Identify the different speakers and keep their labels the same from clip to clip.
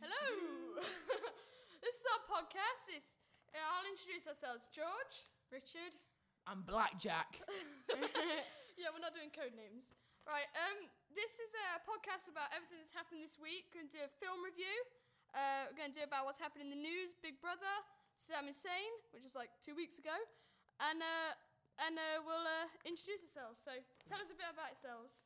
Speaker 1: Hello! this is our podcast. It's, uh, I'll introduce ourselves. George. Richard.
Speaker 2: I'm Blackjack.
Speaker 1: Yeah, we're not doing code names. Right, um, this is a podcast about everything that's happened this week. We're going to do a film review. Uh, we're going to do about what's happened in the news, Big Brother, Saddam Hussein, which is like two weeks ago. And, uh, and uh, we'll uh, introduce ourselves. So tell us a bit about yourselves.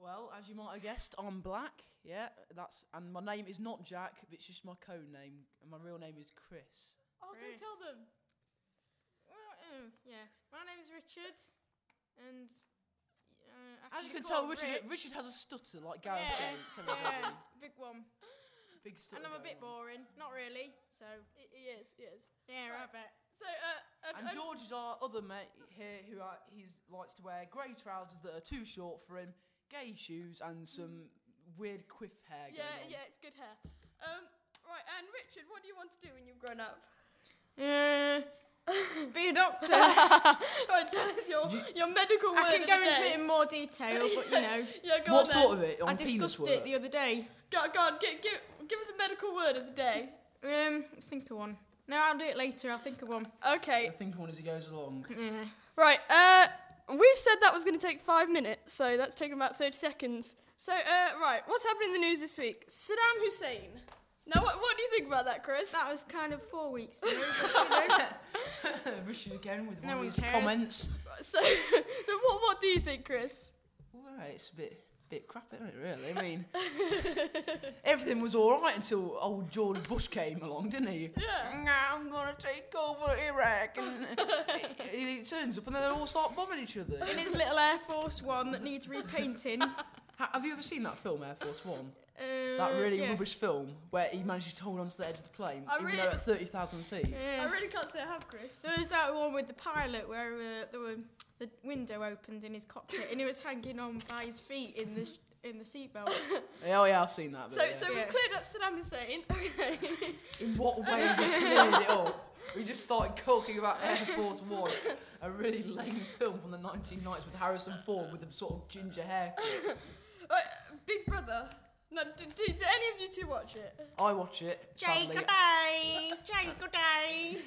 Speaker 2: Well, as you might have guessed, I'm black. Yeah, that's and my name is not Jack, but it's just my code name, and my real name is Chris.
Speaker 1: Oh, don't
Speaker 3: Chris.
Speaker 1: tell them.
Speaker 3: Um, yeah, my name is Richard, and uh, I
Speaker 2: As you
Speaker 3: be
Speaker 2: can tell,
Speaker 3: called
Speaker 2: Richard
Speaker 3: Rich.
Speaker 2: Richard has a stutter like Gareth
Speaker 3: Yeah.
Speaker 2: Gates. some of them
Speaker 3: yeah, big one.
Speaker 2: do. big stutter.
Speaker 3: And I'm a bit
Speaker 2: going on.
Speaker 3: boring, not really. So
Speaker 1: It, it is, it is.
Speaker 3: yeah,
Speaker 1: Right.
Speaker 3: I bet.
Speaker 1: So, uh, uh,
Speaker 2: And George is our other mate here, who are, he's likes to wear grey trousers that are too short for him, gay shoes, and some weird quiff hair.
Speaker 1: Yeah,
Speaker 2: going on.
Speaker 1: yeah, it's good hair. Um, right, and Richard, what do you want to do when you've grown up?
Speaker 3: Uh, be a doctor.
Speaker 1: right, tell us your,
Speaker 2: You-
Speaker 1: your medical word
Speaker 3: I can
Speaker 1: of
Speaker 3: go
Speaker 1: the
Speaker 3: into
Speaker 1: day.
Speaker 3: it in more detail, but you know,
Speaker 1: Yeah, go
Speaker 2: What
Speaker 1: on then.
Speaker 2: sort of it? On
Speaker 3: I
Speaker 2: penis
Speaker 3: discussed
Speaker 2: work?
Speaker 3: it the other day.
Speaker 1: Go, go on, give, give, give us a medical word of the day.
Speaker 3: Um, let's think of one. No, I'll do it later. I'll think of one.
Speaker 2: I
Speaker 1: Okay,
Speaker 2: think one as he goes along.
Speaker 3: Yeah.
Speaker 1: right, uh, we've said that was going to take five minutes, so that's taken about 30 seconds. So, uh, right, what's happening in the news this week? Saddam Hussein. Now, what, what do you think about that, Chris?
Speaker 3: That was kind of four weeks ago.
Speaker 2: Richard again with
Speaker 3: No
Speaker 2: one
Speaker 3: one
Speaker 2: of his
Speaker 3: cares.
Speaker 2: comments.
Speaker 1: so, so what, what do you think, Chris?
Speaker 2: Well, it's a bit bit crap, isn't it? Really, I mean, everything was all right until old George Bush came along, didn't he?
Speaker 1: Yeah.
Speaker 2: Nah, I'm gonna take over Iraq, and he, he turns up, and then they all start bombing each other.
Speaker 3: in his little Air Force One that needs repainting. Uh,
Speaker 2: Ha- have you ever seen that film Air Force One?
Speaker 1: Uh,
Speaker 2: That really
Speaker 3: Uh, yeah.
Speaker 2: rubbish film where he manages to hold onto the edge of the plane,
Speaker 1: I
Speaker 2: even
Speaker 1: Oh, really-
Speaker 2: though at thirty thousand feet.
Speaker 3: Yeah.
Speaker 1: I really can't say I have, Chris.
Speaker 3: There was that one with the pilot where uh, there were, the window opened in his cockpit and he was hanging on by his feet in the sh- in the seatbelt.
Speaker 2: Yeah, oh yeah, I've seen that. But
Speaker 1: So,
Speaker 2: yeah.
Speaker 1: so we've
Speaker 3: Yeah.
Speaker 1: cleared up Saddam Hussein. Okay.
Speaker 2: In what way we cleared it up? We just started talking about Air Force One, a really lame film from the 1990s with Harrison Ford with a sort of ginger hair.
Speaker 1: Right, Uh, Big Brother. No, do, do, do any of you two watch it?
Speaker 2: I watch it, sadly.
Speaker 3: day, Jay, good day.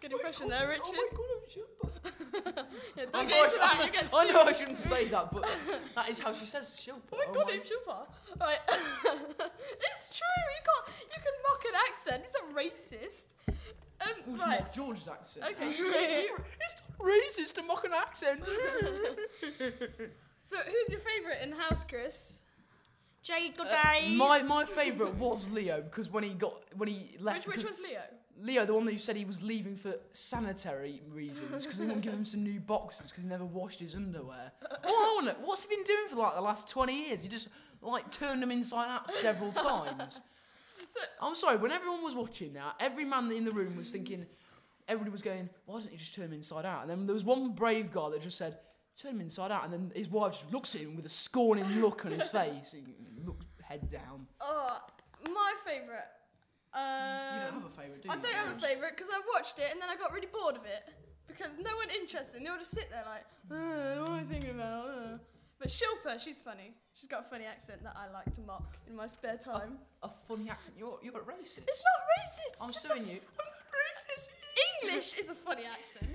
Speaker 1: Good impression there, Richard.
Speaker 2: Oh my Oh god, I'm Shilpa.
Speaker 1: yeah, don't
Speaker 2: I'm
Speaker 1: get
Speaker 2: sorry,
Speaker 1: into that.
Speaker 2: I-
Speaker 1: You get
Speaker 2: I know I
Speaker 1: sued.
Speaker 2: shouldn't say that, but that is how she says Shilpa.
Speaker 1: Oh my god, it's Shilpa. Right. it's true. You can't. You can mock an accent. It's a racist. Um,
Speaker 2: Who's
Speaker 1: right.
Speaker 2: Mark George's accent?
Speaker 1: Okay.
Speaker 2: It's not- it's not racist to mock an accent.
Speaker 1: So, who's your favourite in the house, Chris?
Speaker 3: Jay,
Speaker 2: Uh,
Speaker 3: good day.
Speaker 2: my my favourite was Leo because when he got when he left
Speaker 1: Which which
Speaker 2: because-
Speaker 1: one's Leo?
Speaker 2: Leo, the one that you said he was leaving for sanitary reasons because they wouldn't give him some new boxes because he never washed his underwear. Oh, I wonder, what's he been doing for like the last 20 years? He just like turned them inside out several times.
Speaker 1: So-
Speaker 2: I'm sorry, when everyone was watching that, every man in the room was thinking, everybody was going, why doesn't he just turn them inside out? And then there was one brave guy that just said, turn them inside out. And then his wife just looks at him with a scorning look on his face. He looks head down.
Speaker 1: Oh, my favourite.
Speaker 2: You don't
Speaker 1: Um,
Speaker 2: have a favourite, do you?
Speaker 1: I don't have a
Speaker 2: George?
Speaker 1: favourite because I watched it and then I got really bored of it because no one interested. They all just sit there like, "Uh, what am I thinking about? Uh." But Shilpa, she's funny. She's got a funny accent that I like to mock in my spare time.
Speaker 2: A funny accent. You're, you're a racist.
Speaker 1: Oh, It's not racist. It's
Speaker 2: I'm
Speaker 1: just
Speaker 2: suing you.
Speaker 1: a- English is a funny accent.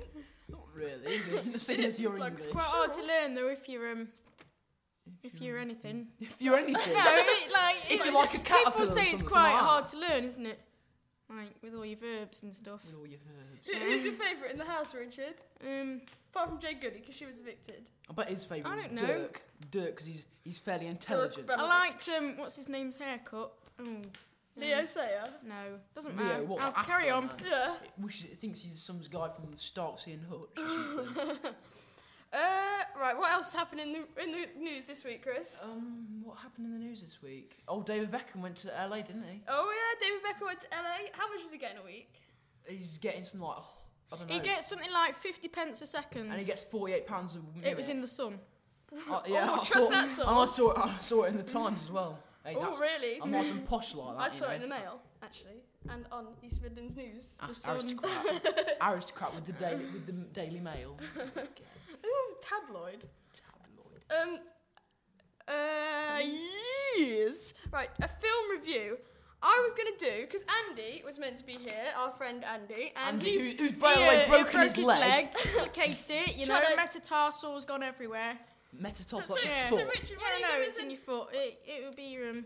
Speaker 2: Not really, is it? Seeing as you're
Speaker 1: Like,
Speaker 2: English.
Speaker 3: it's quite hard to learn though if you're um if you're anything.
Speaker 2: If you're anything.
Speaker 3: no, it, like
Speaker 2: Hmm. If
Speaker 3: it-
Speaker 2: you're like a caterpillar or
Speaker 3: people say it's
Speaker 2: something
Speaker 3: quite
Speaker 2: like that.
Speaker 3: hard to learn, isn't it? Like with all your verbs and stuff.
Speaker 2: With all your verbs.
Speaker 1: Who- Who's your favourite in the house, Richard?
Speaker 3: Um,
Speaker 1: Apart from Jay Goody because she was evicted.
Speaker 2: I bet his favourite
Speaker 3: I
Speaker 2: was
Speaker 3: don't know.
Speaker 2: Dirk. Dirk, because he's, he's fairly intelligent.
Speaker 1: Dirk
Speaker 3: I liked um, what's his name's haircut. Oh,
Speaker 1: Leo Sayer.
Speaker 3: No, doesn't
Speaker 2: Leo,
Speaker 3: matter.
Speaker 2: what,
Speaker 3: I'll
Speaker 2: Afro
Speaker 3: carry on.
Speaker 2: man?
Speaker 1: Yeah.
Speaker 2: Wishes, thinks he's some guy from Starksy and Hutch. or something.
Speaker 1: Uh, right. What else happened in the in the news this week, Chris?
Speaker 2: um, what happened in the news this week? Oh, David Beckham went to LA, didn't he?
Speaker 1: Oh yeah, David Beckham went to LA. How much is he getting a week?
Speaker 2: He's getting some like oh, I don't know.
Speaker 3: He gets something like 50 pence a second.
Speaker 2: and he gets forty-eight pounds a minute.
Speaker 3: it was in the sun.
Speaker 2: Uh, yeah,
Speaker 1: Oh,
Speaker 2: I
Speaker 1: trust
Speaker 2: saw,
Speaker 1: that
Speaker 2: and I
Speaker 1: source.
Speaker 2: saw it. I saw it in the Times as well. Hey,
Speaker 1: oh
Speaker 2: that's,
Speaker 1: really?
Speaker 2: I'm not some posh like that.
Speaker 1: I
Speaker 2: you
Speaker 1: saw
Speaker 2: know.
Speaker 1: it in the mail actually, and on East Midlands News.
Speaker 2: Ah,
Speaker 3: The Sun.
Speaker 2: aristocrat, aristocrat with the daily with the Daily Mail.
Speaker 1: This is a tabloid.
Speaker 2: Tabloid.
Speaker 1: Um. Uh. Yes. Right. A film review. I was gonna do because Andy was meant to be here, our friend Andy, and
Speaker 2: Andy,
Speaker 1: he,
Speaker 2: who, who's by the way
Speaker 3: He, uh,
Speaker 2: broken
Speaker 3: broke
Speaker 2: his, leg.
Speaker 3: dislocated it, you know,
Speaker 1: Tried to-
Speaker 3: metatarsal's gone everywhere.
Speaker 2: Metatarsal's
Speaker 1: So-
Speaker 2: like your
Speaker 3: yeah.
Speaker 1: so
Speaker 2: foot.
Speaker 1: Richard,
Speaker 3: Yeah,
Speaker 1: why
Speaker 3: I know,
Speaker 1: don't you
Speaker 3: it's
Speaker 1: give
Speaker 3: in
Speaker 1: us,
Speaker 3: your foot. It, it would be your um,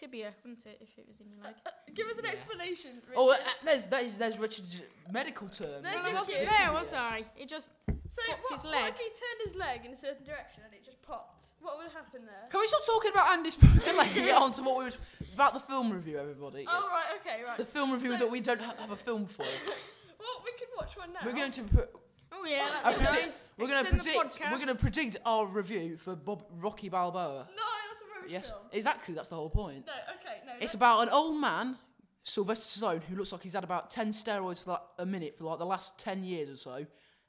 Speaker 3: tibia, wouldn't it, if it was in your leg?
Speaker 1: an, uh, give us an
Speaker 2: Yeah.
Speaker 1: explanation? Richard.
Speaker 2: Oh, uh, there's that is there's Richard's medical term.
Speaker 1: There's
Speaker 3: Well,
Speaker 1: your
Speaker 3: I
Speaker 2: Richard's
Speaker 1: wasn't
Speaker 3: wasn't
Speaker 1: tibia.
Speaker 3: there, was I? It just
Speaker 1: so
Speaker 3: popped
Speaker 1: what,
Speaker 3: his
Speaker 1: what
Speaker 3: leg.
Speaker 1: if he turned his leg in a certain direction and it just popped? What would happen there?
Speaker 2: Can we stop talking about Andy's broken leg and get on to what we were it's about the film review, everybody?
Speaker 1: Oh right, okay, right.
Speaker 2: The film review
Speaker 1: So-
Speaker 2: that we don't ha- have a film for.
Speaker 1: Well, we could watch one now.
Speaker 2: We're going to put,
Speaker 3: Oh yeah,
Speaker 2: I
Speaker 3: that'd be
Speaker 2: predict-
Speaker 3: nice.
Speaker 2: we're going to
Speaker 3: Extend the
Speaker 2: predict we're going to
Speaker 3: podcast.
Speaker 2: predict our review for Bob Rocky Balboa.
Speaker 1: No, that's a rubbish
Speaker 2: Yes,
Speaker 1: film.
Speaker 2: exactly. That's the whole point.
Speaker 1: No, okay, no.
Speaker 2: It's
Speaker 1: that-
Speaker 2: about an old man, Sylvester Stallone, who looks like he's had about ten steroids for like a minute for like the last ten years or so,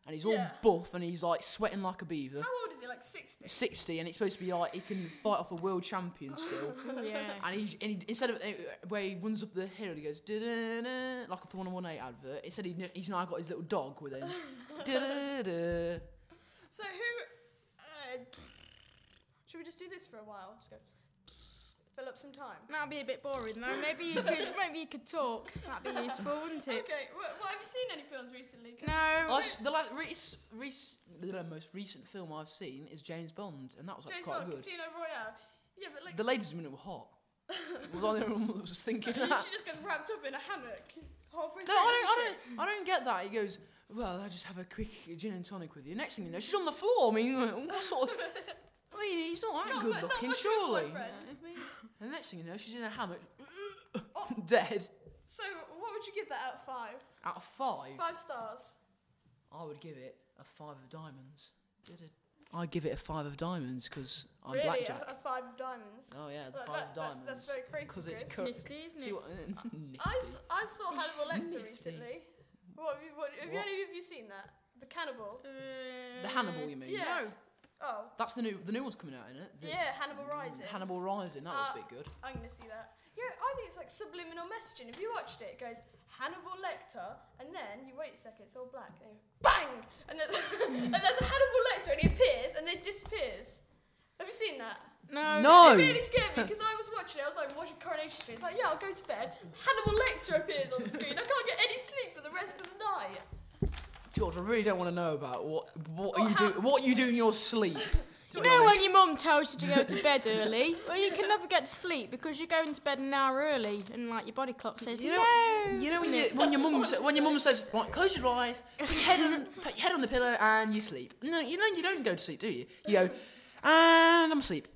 Speaker 2: and he's all
Speaker 1: Yeah.
Speaker 2: buff and he's like sweating like a beaver.
Speaker 1: how old is he? Like sixty.
Speaker 2: 60 and it's supposed to be like he can fight off a world champion still
Speaker 3: Oh, yeah.
Speaker 2: and he, and he instead of uh, where he runs up the hill and he goes "Da-da-da," like off the 118 advert instead he, he's now got his little dog with him Da-da-da.
Speaker 1: So who? Uh, should we just do this for a while? Just go. Fill up some time.
Speaker 3: That'd be a bit boring though. Maybe you could maybe you could talk. That'd be useful, wouldn't it?
Speaker 1: Okay. Well, well, have you seen any films recently? 'Cause-
Speaker 3: No.
Speaker 2: I s- the la- re- s- re- s- the most recent film I've seen is James Bond and that was actually
Speaker 1: James
Speaker 2: quite
Speaker 1: Bond,
Speaker 2: good
Speaker 1: Casino Royale. Yeah, but like
Speaker 2: the ladies in it were hot was I the only one that was thinking
Speaker 1: you
Speaker 2: that
Speaker 1: should just get wrapped up in a hammock halfway
Speaker 2: no
Speaker 1: through.
Speaker 2: I don't, I don't I don't get that he goes well, I'll just have a quick gin and tonic with you. Next thing you know, she's on the floor. I mean, what sort of I mean, he's not that
Speaker 1: Not mu-
Speaker 2: good
Speaker 1: not
Speaker 2: looking,
Speaker 1: much of a
Speaker 2: surely. You
Speaker 1: boyfriend.
Speaker 2: know what I mean? and the next thing you know, she's in a hammock,
Speaker 1: Oh.
Speaker 2: dead.
Speaker 1: So what would you give that out of five?
Speaker 2: Out of five,
Speaker 1: Five stars.
Speaker 2: I would give it a five of diamonds. Did it? I'd give it a five of diamonds because I'm
Speaker 1: really,
Speaker 2: blackjack.
Speaker 1: A, a five of diamonds.
Speaker 2: oh yeah, the
Speaker 1: That-
Speaker 2: five
Speaker 1: that-
Speaker 2: of
Speaker 1: that's-
Speaker 2: diamonds.
Speaker 1: That's, very creative.
Speaker 2: 'Cause it's
Speaker 1: Chris.
Speaker 2: cook.
Speaker 3: Nifty, isn't
Speaker 2: See
Speaker 3: it?
Speaker 2: what? Nifty.
Speaker 1: I, s- I saw Hannibal Lecter
Speaker 2: Nifty.
Speaker 1: recently. What have you? What, have you
Speaker 2: What?
Speaker 1: any of you seen that? The Cannibal.
Speaker 3: Uh,
Speaker 2: the Hannibal, you mean?
Speaker 1: yeah.
Speaker 3: No.
Speaker 1: Oh.
Speaker 2: That's the new. The new one's coming out, isn't it? The
Speaker 1: yeah, Hannibal Rising.
Speaker 2: Hannibal Rising. That was a
Speaker 1: Uh,
Speaker 2: bit good.
Speaker 1: I'm gonna see that. Yeah, I think it's like subliminal messaging. Have you watched it? It goes Hannibal Lecter, and then you wait a second, it's all black. They go, bang, and there's, and there's a Hannibal Lecter, and he appears and then disappears. Have you seen that?
Speaker 3: No.
Speaker 2: No.
Speaker 1: It Uh, really scared me because I was watching it. I was like watching Coronation Street. It's like, yeah, I'll go to bed. Hannibal Lecter appears on the screen. I can't get any sleep for the rest of the night.
Speaker 2: George, I really don't want to know about what what
Speaker 1: Well,
Speaker 2: you do
Speaker 1: how-
Speaker 2: what you do in your sleep.
Speaker 3: You
Speaker 2: to be
Speaker 3: know
Speaker 2: honest.
Speaker 3: when your mum tells you to go to bed early? Well, you can never get to sleep because you're going to bed an hour early and like your body clock says
Speaker 2: You
Speaker 3: you
Speaker 2: know,
Speaker 3: no.
Speaker 2: you know when, you, when your mum sa- when your mum says, "Right, close your eyes, put your head on put your head on the pillow, and you sleep." No, you know you don't go to sleep, do you? You go, and I'm asleep,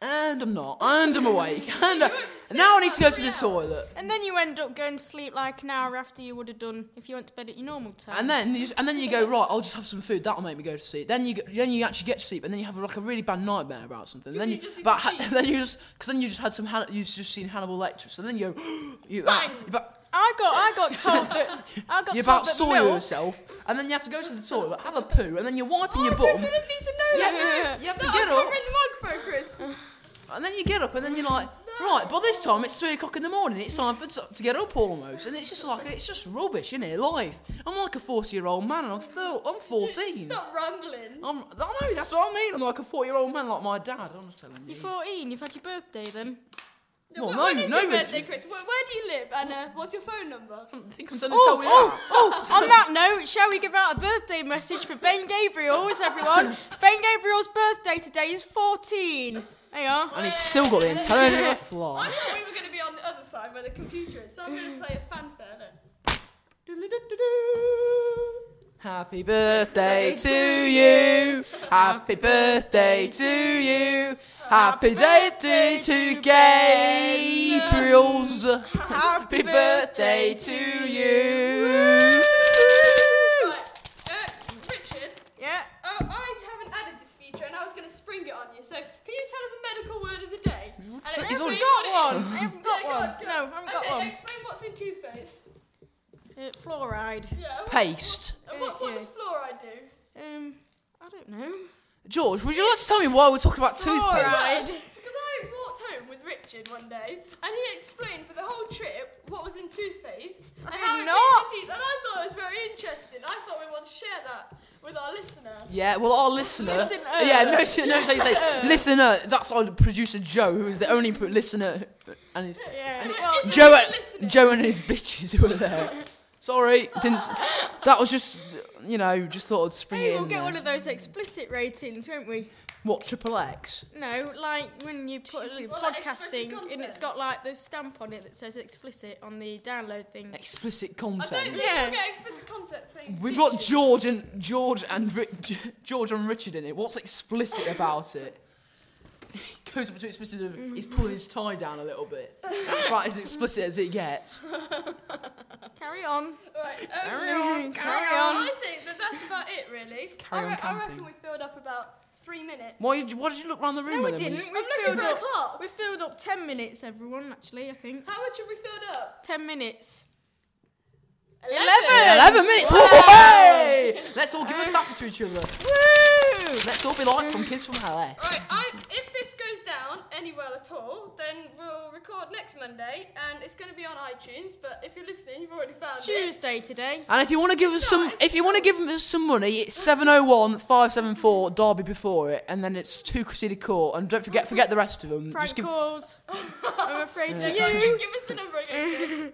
Speaker 2: and I'm not, and I'm awake, and, I- and now I need to go to the toilet,
Speaker 3: And then you end up going to sleep like an hour after you would have done if you went to bed at your normal time.
Speaker 2: and then you, and then you go, "Right, I'll just have some food. That'll make me go to sleep." Then you go, then you actually get to sleep, and then you have like a really bad nightmare about something. Then
Speaker 1: you
Speaker 2: you
Speaker 1: just eat
Speaker 2: about
Speaker 1: the
Speaker 2: ha-
Speaker 1: cheese.
Speaker 2: then you just because then you just had some Han- you've just seen Hannibal Lecter, so then you go, you, uh,
Speaker 1: Bang!
Speaker 2: you ba-
Speaker 3: I got I got told that I got
Speaker 2: you
Speaker 3: told
Speaker 2: about
Speaker 3: that
Speaker 2: saw
Speaker 3: milk.
Speaker 2: yourself, and then you have to go to the toilet, have a poo, and then you're wiping
Speaker 1: Oh,
Speaker 2: your
Speaker 1: Chris,
Speaker 2: bum.
Speaker 1: I didn't need to know
Speaker 2: Yeah,
Speaker 1: that.
Speaker 3: yeah, yeah.
Speaker 1: too.
Speaker 2: You have to
Speaker 1: no,
Speaker 2: get
Speaker 1: I'm
Speaker 2: up.
Speaker 1: covering the microphone, Chris.
Speaker 2: And then you get up, and then you're like, right, by this time it's three o'clock in the morning. It's time for t- to get up almost, and it's just like it's just rubbish, isn't it? Life. I'm like a forty-year-old man, and I'm th- I'm fourteen. Oh,
Speaker 1: Stop rambling.
Speaker 2: I'm, I know that's what I mean. I'm like a forty-year-old man, like my dad. I'm just telling you.
Speaker 3: You're 14. You've had your birthday then.
Speaker 1: No,
Speaker 2: Well,
Speaker 1: wh-
Speaker 2: no,
Speaker 1: when is
Speaker 2: no,
Speaker 1: your
Speaker 2: but-
Speaker 1: birthday, Chris? Where, where do you live and uh, what's your phone number?
Speaker 2: I think I'm telling to
Speaker 3: Oh,
Speaker 2: tell you
Speaker 3: oh,
Speaker 2: that.
Speaker 3: oh! On that note, shall we give out a birthday message for Ben Gabriel's? Everyone, Ben Gabriel's birthday today is 14. Hang on.
Speaker 2: And he's still got the entire flaw.
Speaker 1: I thought we were going to be on the other side where the computer is, so I'm going to play a fanfare. Look.
Speaker 2: Happy birthday to you. Happy birthday to you. Happy birthday to Gabriels. Happy birthday to you.
Speaker 1: Right, uh, Richard,
Speaker 3: Yeah.
Speaker 1: oh, I haven't added this feature and I was going to spring it on you, so can you tell us a medical word of the day? And
Speaker 2: So
Speaker 1: explain
Speaker 2: he's already
Speaker 1: what it
Speaker 3: Got
Speaker 1: is.
Speaker 3: one. I haven't got
Speaker 1: Yeah, go on,
Speaker 3: one.
Speaker 1: go
Speaker 3: No,
Speaker 1: on.
Speaker 3: I haven't got
Speaker 1: okay,
Speaker 3: one.
Speaker 1: explain what's in toothpaste.
Speaker 3: Uh, fluoride.
Speaker 1: Yeah, what-
Speaker 2: Paste.
Speaker 1: What, what, what
Speaker 3: Yeah.
Speaker 1: does fluoride do?
Speaker 3: Um, I don't know.
Speaker 2: George, would you like to tell me why we're talking about
Speaker 3: Fluoride.
Speaker 2: toothpaste?
Speaker 1: Because I walked home with Richard one day, and he explained for the whole trip what was in toothpaste and
Speaker 3: did
Speaker 1: how it made
Speaker 3: not.
Speaker 1: your teeth, and I thought it was very interesting. I thought we wanted to share that
Speaker 4: with our listener.
Speaker 2: Yeah, well, our listener.
Speaker 3: Listener.
Speaker 2: Yeah, no, s- no, say, say, listener. That's our producer Joe, who is the only pro- listener, and his,
Speaker 3: Yeah.
Speaker 4: And it-
Speaker 3: well,
Speaker 4: it's-
Speaker 2: Joe, uh,
Speaker 4: Listener.
Speaker 2: Joe and his bitches who are there. Sorry, didn't. s- That was just, you know, just thought I'd spring
Speaker 3: hey,
Speaker 2: it
Speaker 3: we'll
Speaker 2: in.
Speaker 3: get
Speaker 2: there.
Speaker 3: one of those explicit ratings, won't we?
Speaker 2: what triple X?
Speaker 3: No, like when you put a little
Speaker 4: Well, like explicit
Speaker 3: podcasting and it's
Speaker 4: content.
Speaker 3: got like the stamp on it that says explicit on the download thing.
Speaker 2: Explicit
Speaker 4: I don't
Speaker 2: content.
Speaker 4: think
Speaker 3: Yeah.
Speaker 4: she'll get explicit concepts. saying
Speaker 2: We've got
Speaker 4: features.
Speaker 2: George and George and Ri- George and Richard in it. What's explicit about it? He goes up to explicit. Of, He's pulling his tie down a little bit. That's about as explicit as it gets.
Speaker 3: Carry on.
Speaker 4: Right, um,
Speaker 2: Carry on,
Speaker 3: carry on.
Speaker 4: I think that that's about it, really.
Speaker 2: Carry
Speaker 4: I,
Speaker 2: on
Speaker 4: re- I
Speaker 2: camping.
Speaker 4: reckon we filled up about three minutes.
Speaker 2: Why? Did you, why did you look round the room?
Speaker 3: No, we
Speaker 2: with him?
Speaker 3: didn't.
Speaker 4: I'm
Speaker 3: We
Speaker 4: looking
Speaker 3: filled
Speaker 4: for a
Speaker 3: up.
Speaker 4: clock.
Speaker 3: We filled up ten minutes, everyone. Actually, I think
Speaker 4: How much have we filled up?
Speaker 3: ten minutes.
Speaker 4: Eleven.
Speaker 2: 11 minutes.
Speaker 3: Wow.
Speaker 2: Hey! Let's all give a clap to each other.
Speaker 3: Woo!
Speaker 2: Let's all be like from Kids from LS.
Speaker 1: Right, I, if this goes down anywhere at all, then we'll record next Monday, and it's going to be on iTunes. But if you're listening, you've already found it.
Speaker 3: Tuesday today.
Speaker 2: And if you want to give us some, if you want to give us some money, it's 701 574 Derby before it, and then it's two Crusader Court, and don't forget forget the rest of them.
Speaker 3: Prank
Speaker 2: Just give
Speaker 3: calls. I'm afraid to
Speaker 4: Give-
Speaker 3: you.
Speaker 4: Give us the number again. Chris.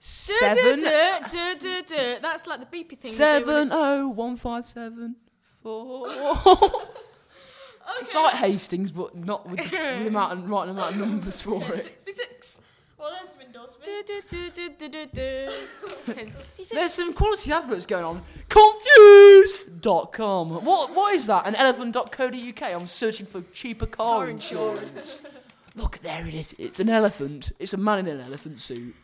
Speaker 3: Seven.
Speaker 2: seven
Speaker 3: That's like the beepy thing.
Speaker 2: seven
Speaker 3: Oh.
Speaker 2: oh one five seven four. It's like Hastings, but not with the, with the amount and right amount of numbers for it.
Speaker 4: 66. Well, there's some endorsement.
Speaker 3: Do, do, do, do, do, do, do. 1066.
Speaker 2: There's some quality adverts going on. Confused.com. What what is that? An elephant.co.uk. I'm searching for cheaper car,
Speaker 3: Car
Speaker 2: insurance. Look, there it is. It's an elephant. It's a man in an elephant suit.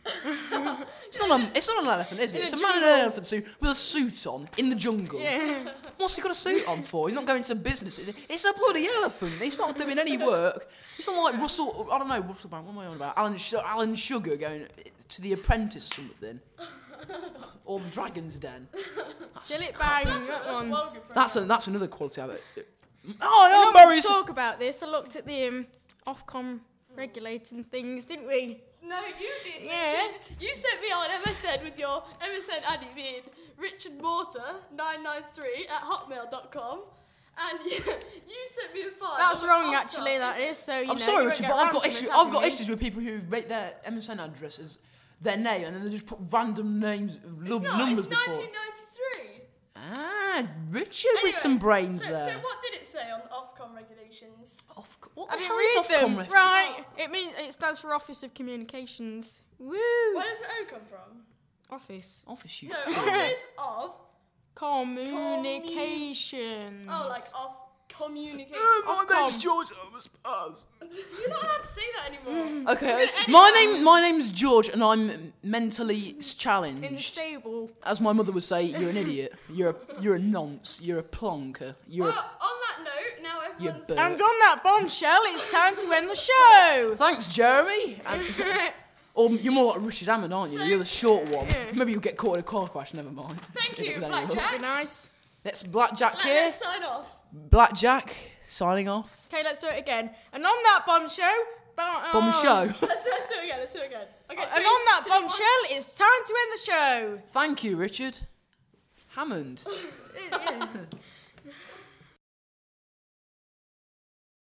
Speaker 2: it's not a, it's not an elephant, is it?
Speaker 3: In
Speaker 2: It's
Speaker 3: a
Speaker 2: a man in an
Speaker 3: jungle.
Speaker 2: elephant suit with a suit on in the jungle.
Speaker 3: Yeah.
Speaker 2: What's he got a suit on for? He's not going to business. Is he? It's a bloody elephant. He's not doing any work. It's not like Russell. I don't know Russell Brand. What am I on about? Alan, Su- Alan Sugar going to The Apprentice or something, or The Dragon's Den.
Speaker 3: Still it bang.
Speaker 4: That's, a,
Speaker 3: That
Speaker 4: that's a
Speaker 3: one.
Speaker 4: vulgar program.
Speaker 2: That's a, that's another quality habit. Oh,
Speaker 3: Not
Speaker 2: yeah,
Speaker 3: much
Speaker 2: Barry's.
Speaker 3: talk about this. I looked at the um, Ofcom regulating things, didn't we?
Speaker 4: No, you did,
Speaker 3: Yeah.
Speaker 4: Richard. You sent me on MSN with your MSN addy being Richard Mortar 993 at hotmail.com. And you, you sent me a file.
Speaker 3: That was
Speaker 4: of
Speaker 3: wrong,
Speaker 4: Opta.
Speaker 3: actually. That is. So you
Speaker 2: I'm
Speaker 3: know,
Speaker 2: sorry,
Speaker 3: you
Speaker 2: Richard,
Speaker 3: won't
Speaker 2: but I've got
Speaker 3: get round to
Speaker 2: issues.
Speaker 3: it,
Speaker 2: I've
Speaker 3: have
Speaker 2: got
Speaker 3: you?
Speaker 2: issues with people who make their MSN address as their name and then they just put random names,
Speaker 4: No,
Speaker 2: lu- numbers
Speaker 4: it's
Speaker 2: before.
Speaker 4: 1993.
Speaker 2: Ah, Richard
Speaker 4: Anyway,
Speaker 2: with some brains
Speaker 4: so,
Speaker 2: there.
Speaker 4: So what did it say on Ofcom regulations?
Speaker 2: Off- what
Speaker 3: I
Speaker 2: the hell
Speaker 3: didn't
Speaker 2: is
Speaker 3: read
Speaker 2: Ofcom
Speaker 3: them.
Speaker 2: ref-
Speaker 3: Right. It means it stands for Office of Communications. Woo.
Speaker 4: Where does the O come from?
Speaker 3: Office.
Speaker 2: Office you.
Speaker 4: No, office of.
Speaker 3: Communications.
Speaker 4: Oh, like off communication.
Speaker 2: my
Speaker 3: Ofcom.
Speaker 2: name's George. I'm a spaz.
Speaker 4: You're not allowed to say that anymore.
Speaker 3: Mm.
Speaker 2: Okay,
Speaker 4: edit
Speaker 2: my
Speaker 4: that.
Speaker 2: name my name's George, and I'm mentally s-
Speaker 3: in the
Speaker 2: challenged.
Speaker 3: stable.
Speaker 2: As my mother would say, you're an idiot. You're a you're a nonce. You're a plonker. You're a,
Speaker 4: Well, on that note, now
Speaker 2: you're
Speaker 4: everyone's.
Speaker 2: a
Speaker 3: And
Speaker 2: bird.
Speaker 3: on that bombshell, it's time to end the show.
Speaker 2: Thanks, Jeremy. And, or you're more like Richard Hammond, aren't you?
Speaker 4: So-
Speaker 2: You're the short one.
Speaker 3: Yeah.
Speaker 2: Maybe you'll get caught in a car crash. Never mind.
Speaker 4: Thank
Speaker 2: If
Speaker 4: you,
Speaker 2: that
Speaker 4: Blackjack.
Speaker 2: helps.
Speaker 3: Be nice.
Speaker 2: Let's blackjack
Speaker 4: Let,
Speaker 2: here.
Speaker 4: let's sign off.
Speaker 2: Blackjack signing off.
Speaker 3: Okay, let's do it again. And on that bombshell. Bom-
Speaker 2: Bomb show.
Speaker 4: Let's do, let's do it again. Let's do it again. Okay.
Speaker 3: And
Speaker 4: three,
Speaker 3: on that
Speaker 4: two, one.
Speaker 3: bombshell, it's time to end the show.
Speaker 2: Thank you, Richard Hammond.
Speaker 3: Yeah.